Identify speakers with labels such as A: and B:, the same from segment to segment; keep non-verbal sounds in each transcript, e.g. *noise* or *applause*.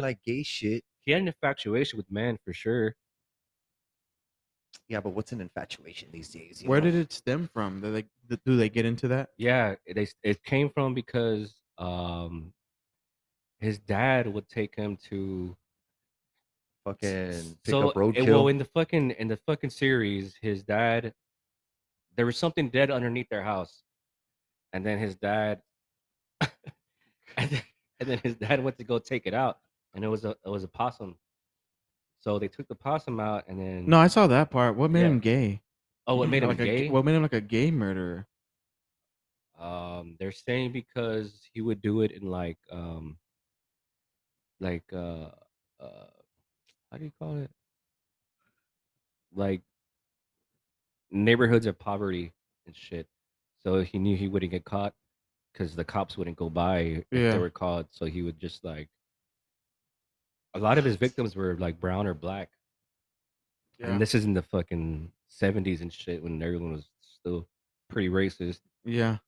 A: like gay shit.
B: He had an infatuation with man for sure.
A: Yeah, but what's an infatuation these days? you
C: Where
A: know?
C: did it stem from? Do they th- do they get into that?
B: Yeah, it is- it came from because um his dad would take him to
A: fucking pick
B: so
A: up
B: it- well
A: roadkill?
B: in the fucking in the fucking series, his dad there was something dead underneath their house, and then his dad *laughs* and, then, and then his dad went to go take it out, and it was a it was a possum. So they took the possum out, and then
C: No, I saw that part. What made
B: Mm. Yeah.
C: him gay?
B: oh, what made him
C: Like a g-
B: gay?
C: what made him like a gay murderer?
B: Um, they're saying because he would do it in like um, like uh, uh, how do you call it? Like neighborhoods of poverty and shit. So he knew he wouldn't get caught because the cops wouldn't go by if
C: Yeah.
B: they were caught. So he would just like. A lot of his victims were like brown or black, and this is in the fucking seventies and shit when everyone was still pretty racist.
C: yeah.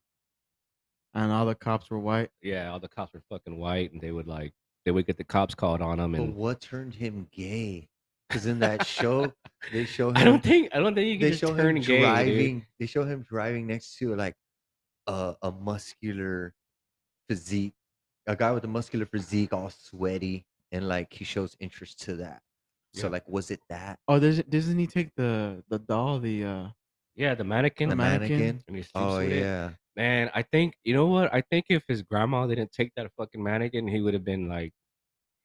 C: And all the cops were white.
B: yeah, all the cops were fucking white, and they would like they would get the cops called on them,
A: But
B: and
A: what turned him gay? Because in that
B: *laughs*
A: show, they show him.
B: I don't think I don't think you can
A: they
B: just
A: show
B: turn
A: him
B: gay.
A: driving.
B: Driving.
A: They show him driving next to like a, a muscular physique, a guy with a muscular physique, all sweaty, and like he shows interest to that. So
B: Yeah.
A: like, was it that
C: Oh, does doesn't he take the the doll? The uh,
B: Yeah, the mannequin.
A: the
C: The
A: mannequin?
C: mannequin?
B: and he sleeps
A: Oh
B: with it.
A: yeah,
B: man. I think you know what? I think if his grandma didn't take that fucking mannequin, he would have been like,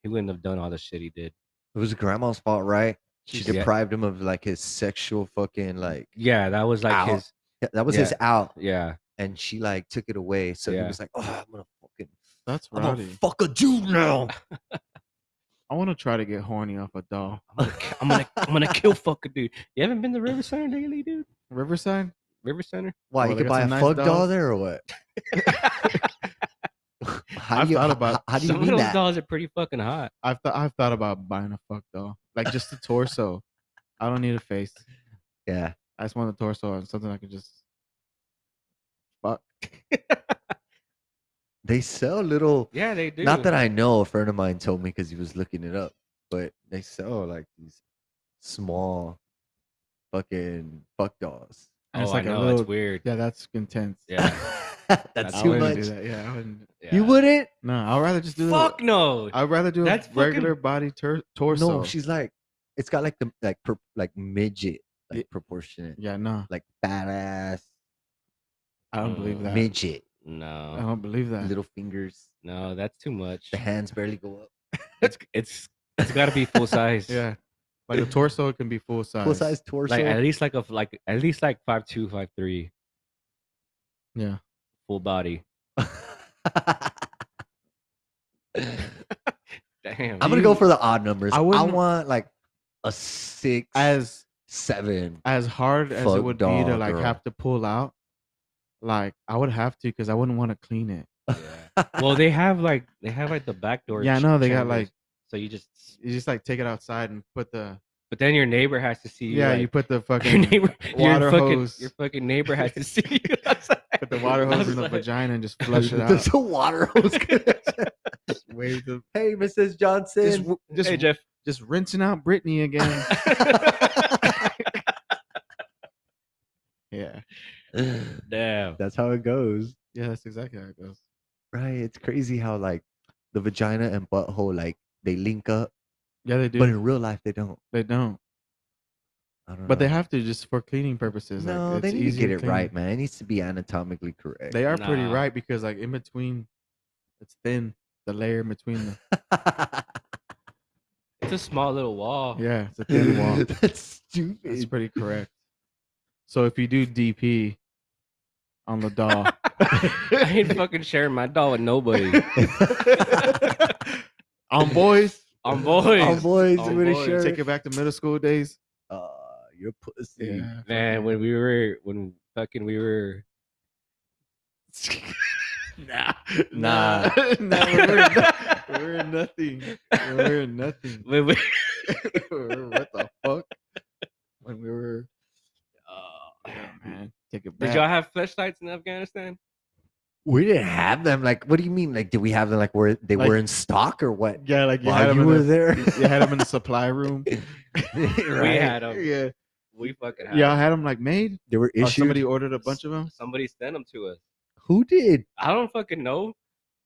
B: he wouldn't have done all the shit he did.
A: it was grandma's fault, right? She
B: She's- yeah.
A: deprived him of like his sexual fucking like.
B: Yeah, that was like
A: Ow.
B: his.
A: Yeah, That was his out,
B: Yeah,
A: and she like took it away. So he
B: Yeah.
A: was like, "Oh, I'm gonna fucking,
C: that's
A: I'm gonna
C: rowdy.
A: fuck a Jew
C: *laughs*
A: now."
C: I want to try to get horny off a doll.
A: *laughs*
B: I'm gonna, ki- I'm gonna, I'm gonna kill fucking dude. You haven't been to River Center lately, dude?
C: Riverside.
B: River
A: *laughs*
B: Center?
A: Why
C: Well,
A: you
C: they
A: could
C: got
A: buy a
C: some nice
A: fuck doll
C: dolls.
A: there or what?
C: *laughs*
A: *laughs* how
C: I've
A: do you,
C: thought
A: h-
C: about-
A: h- how, do you
B: Some of
A: mean
B: those
A: that?
B: dolls are pretty fucking hot.
C: I've thought I've thought about buying a fuck doll, like just the torso. I don't need a face.
A: Yeah,
C: I just want the torso and something I can just fuck.
A: they sell little.
B: Yeah, they do.
A: Not that I know. A friend of mine told me because he was looking it up, but they sell like these small fucking fuck dolls. *laughs*
C: And
B: Oh,
C: it's like
B: I
C: a
B: know.
C: little.
B: it's weird.
C: Yeah, that's intense.
B: Yeah.
A: that's
B: I
C: I
A: too
C: wouldn't
A: much.
C: do that. Yeah, I wouldn't.
A: You
B: yeah.
A: wouldn't?
C: No, I'd rather just do.
B: Fuck no.
C: I'd rather do
B: That's
C: a
B: fucking-
C: regular body tur- torso.
A: No, she's like, it's got like the like per, like midget like
C: Ye-
A: proportionate,
C: Yeah, no,
A: like badass
C: I don't believe
B: Mm.
C: that.
A: midget,
C: I
B: No,
C: don't believe that.
A: little fingers,
B: no, that's too much.
A: the hands barely go up.
B: It's it's it's got to
A: *laughs*
B: be full size.
C: *laughs* Yeah, like a torso can be full size.
A: Full size torso. *laughs*
B: like at least like a f- like at least like five two, five three,
C: Yeah,
B: full
C: *laughs*
B: body. Damn.
A: I'm gonna go for the odd numbers. I,
C: I wouldn't-
A: want like a six,
C: as
A: seven.
C: as hard as
A: Fuck
C: it would be to
A: dog,
C: like
A: girl.
C: have to pull out, like I would have to because I wouldn't want to clean it. *laughs*
B: Yeah.
A: *laughs*
B: Well, they have like they have like the back door.
C: Yeah, I
B: ch-
C: know, they got,
B: chambers,
C: like-
B: so you just
C: You just like take it outside and put the
B: but then your neighbor has to see you.
C: yeah,
B: like,
A: *laughs*
C: you put
B: *laughs*
C: the
B: your
C: fucking
B: neighbor your
C: water
B: fucking,
C: hose.
B: Your fucking neighbor has
C: *laughs*
B: to see you. *laughs* outside.
C: put the water hose in the
B: Outside.
C: vagina and just
A: *laughs*
C: flush it out.
A: There's a
C: *laughs*
A: water hose.
B: *laughs*
A: connection.
C: Just wave the-
A: hey, Mrs.
C: just,
A: Johnson.
C: w- *laughs* just,
B: Hey Jeff.
C: just rinsing out Britney again.
A: *laughs*
C: yeah,
B: Damn.
A: *laughs* That's how it goes.
C: yeah, that's exactly how it goes.
A: Right. It's crazy how like the vagina and butthole like they link up,
C: Yeah, they do.
A: but in real life they don't.
C: they don't,
A: I don't
C: but they
A: know.
C: have to just for cleaning purposes. like,
A: Uh. No, they
C: it's
A: need to
C: easier
A: get it
C: clean.
A: right, man. It needs to be anatomically correct.
C: They are pretty
B: Nah.
C: right because like in between, it's thin. The layer in between the
B: It's a small little wall.
C: yeah, it's a *laughs* thin wall.
A: *laughs* That's stupid.
C: That's pretty correct. So if you do DP on
A: *laughs*
C: the doll,
B: *laughs* I ain't fucking sharing my doll with nobody.
C: on um, boys,
B: *laughs* On boys.
A: Oh, boys,
B: Oh,
A: with a
B: boys.
A: shirt.
C: take it back to middle school days.
A: Uh, your pussy.
B: Man, when we were when fucking we were
C: nah,
A: Nah.
C: nah, *laughs* we're,
A: *laughs*
C: we're nothing. We're nothing.
B: when we *laughs*
C: We're- what the fuck? When we were,
B: Oh,
C: yeah, man, take it back.
B: Did y'all have flashlights in Afghanistan?
A: *laughs* We didn't have them. Like, what do you mean? Like, did we have them? Like, were they
C: Like-
A: were in stock or what?
C: Yeah, like you
A: While
C: had
A: you
C: them
A: were
C: in the,
A: there, *laughs*
C: *laughs* you had them in the supply *laughs* room.
B: We
A: right?
B: had them.
C: Yeah,
B: We fucking had
C: yeah, I
B: 'em.
C: had them like made.
A: There were
C: Or
A: issues.
C: Oh, somebody ordered a bunch of them.
B: Somebody sent them to us.
A: Who did?
B: I don't fucking know,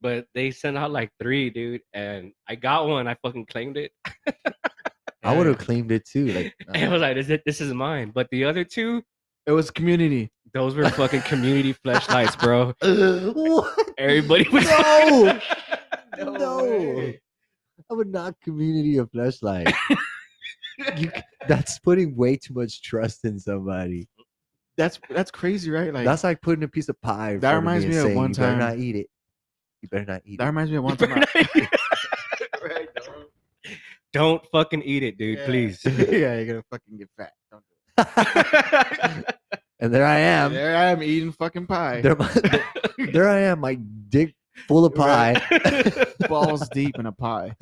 B: but they sent out like three, dude, and I got one. I fucking claimed it. *laughs*
A: I would have
B: And
A: claimed it too. Like,
B: I was like, "This, this is mine." But the other two,
C: It was community.
B: those were fucking
C: *laughs*
B: community flashlights, bro.
A: uh, *laughs* what?
B: Everybody was
A: No!
B: *laughs* fucking-
A: No.
B: way. *laughs*
A: I would not community a flashlight. you, c- that's putting way too much trust in somebody.
C: That's that's crazy, right? Like
A: that's like putting a piece of pie. in
C: That
A: front of
C: reminds
A: me, and
C: me of
A: saying,
C: one
A: you better Not
C: time-
A: eat it. You better not eat
C: that
A: it.
C: reminds me of
B: You
C: one
B: better
C: time. I-
B: not eat it. Right, don't- Don't fucking eat it, dude.
C: Yeah. *laughs*
B: Please. *laughs*
C: yeah, you're gonna fucking get fat. Don't do
A: *laughs* and there I
C: it.
A: am.
C: There I am eating fucking pie, *laughs*
A: There, my- there I am. My dick full of pie.
C: balls deep in a pie.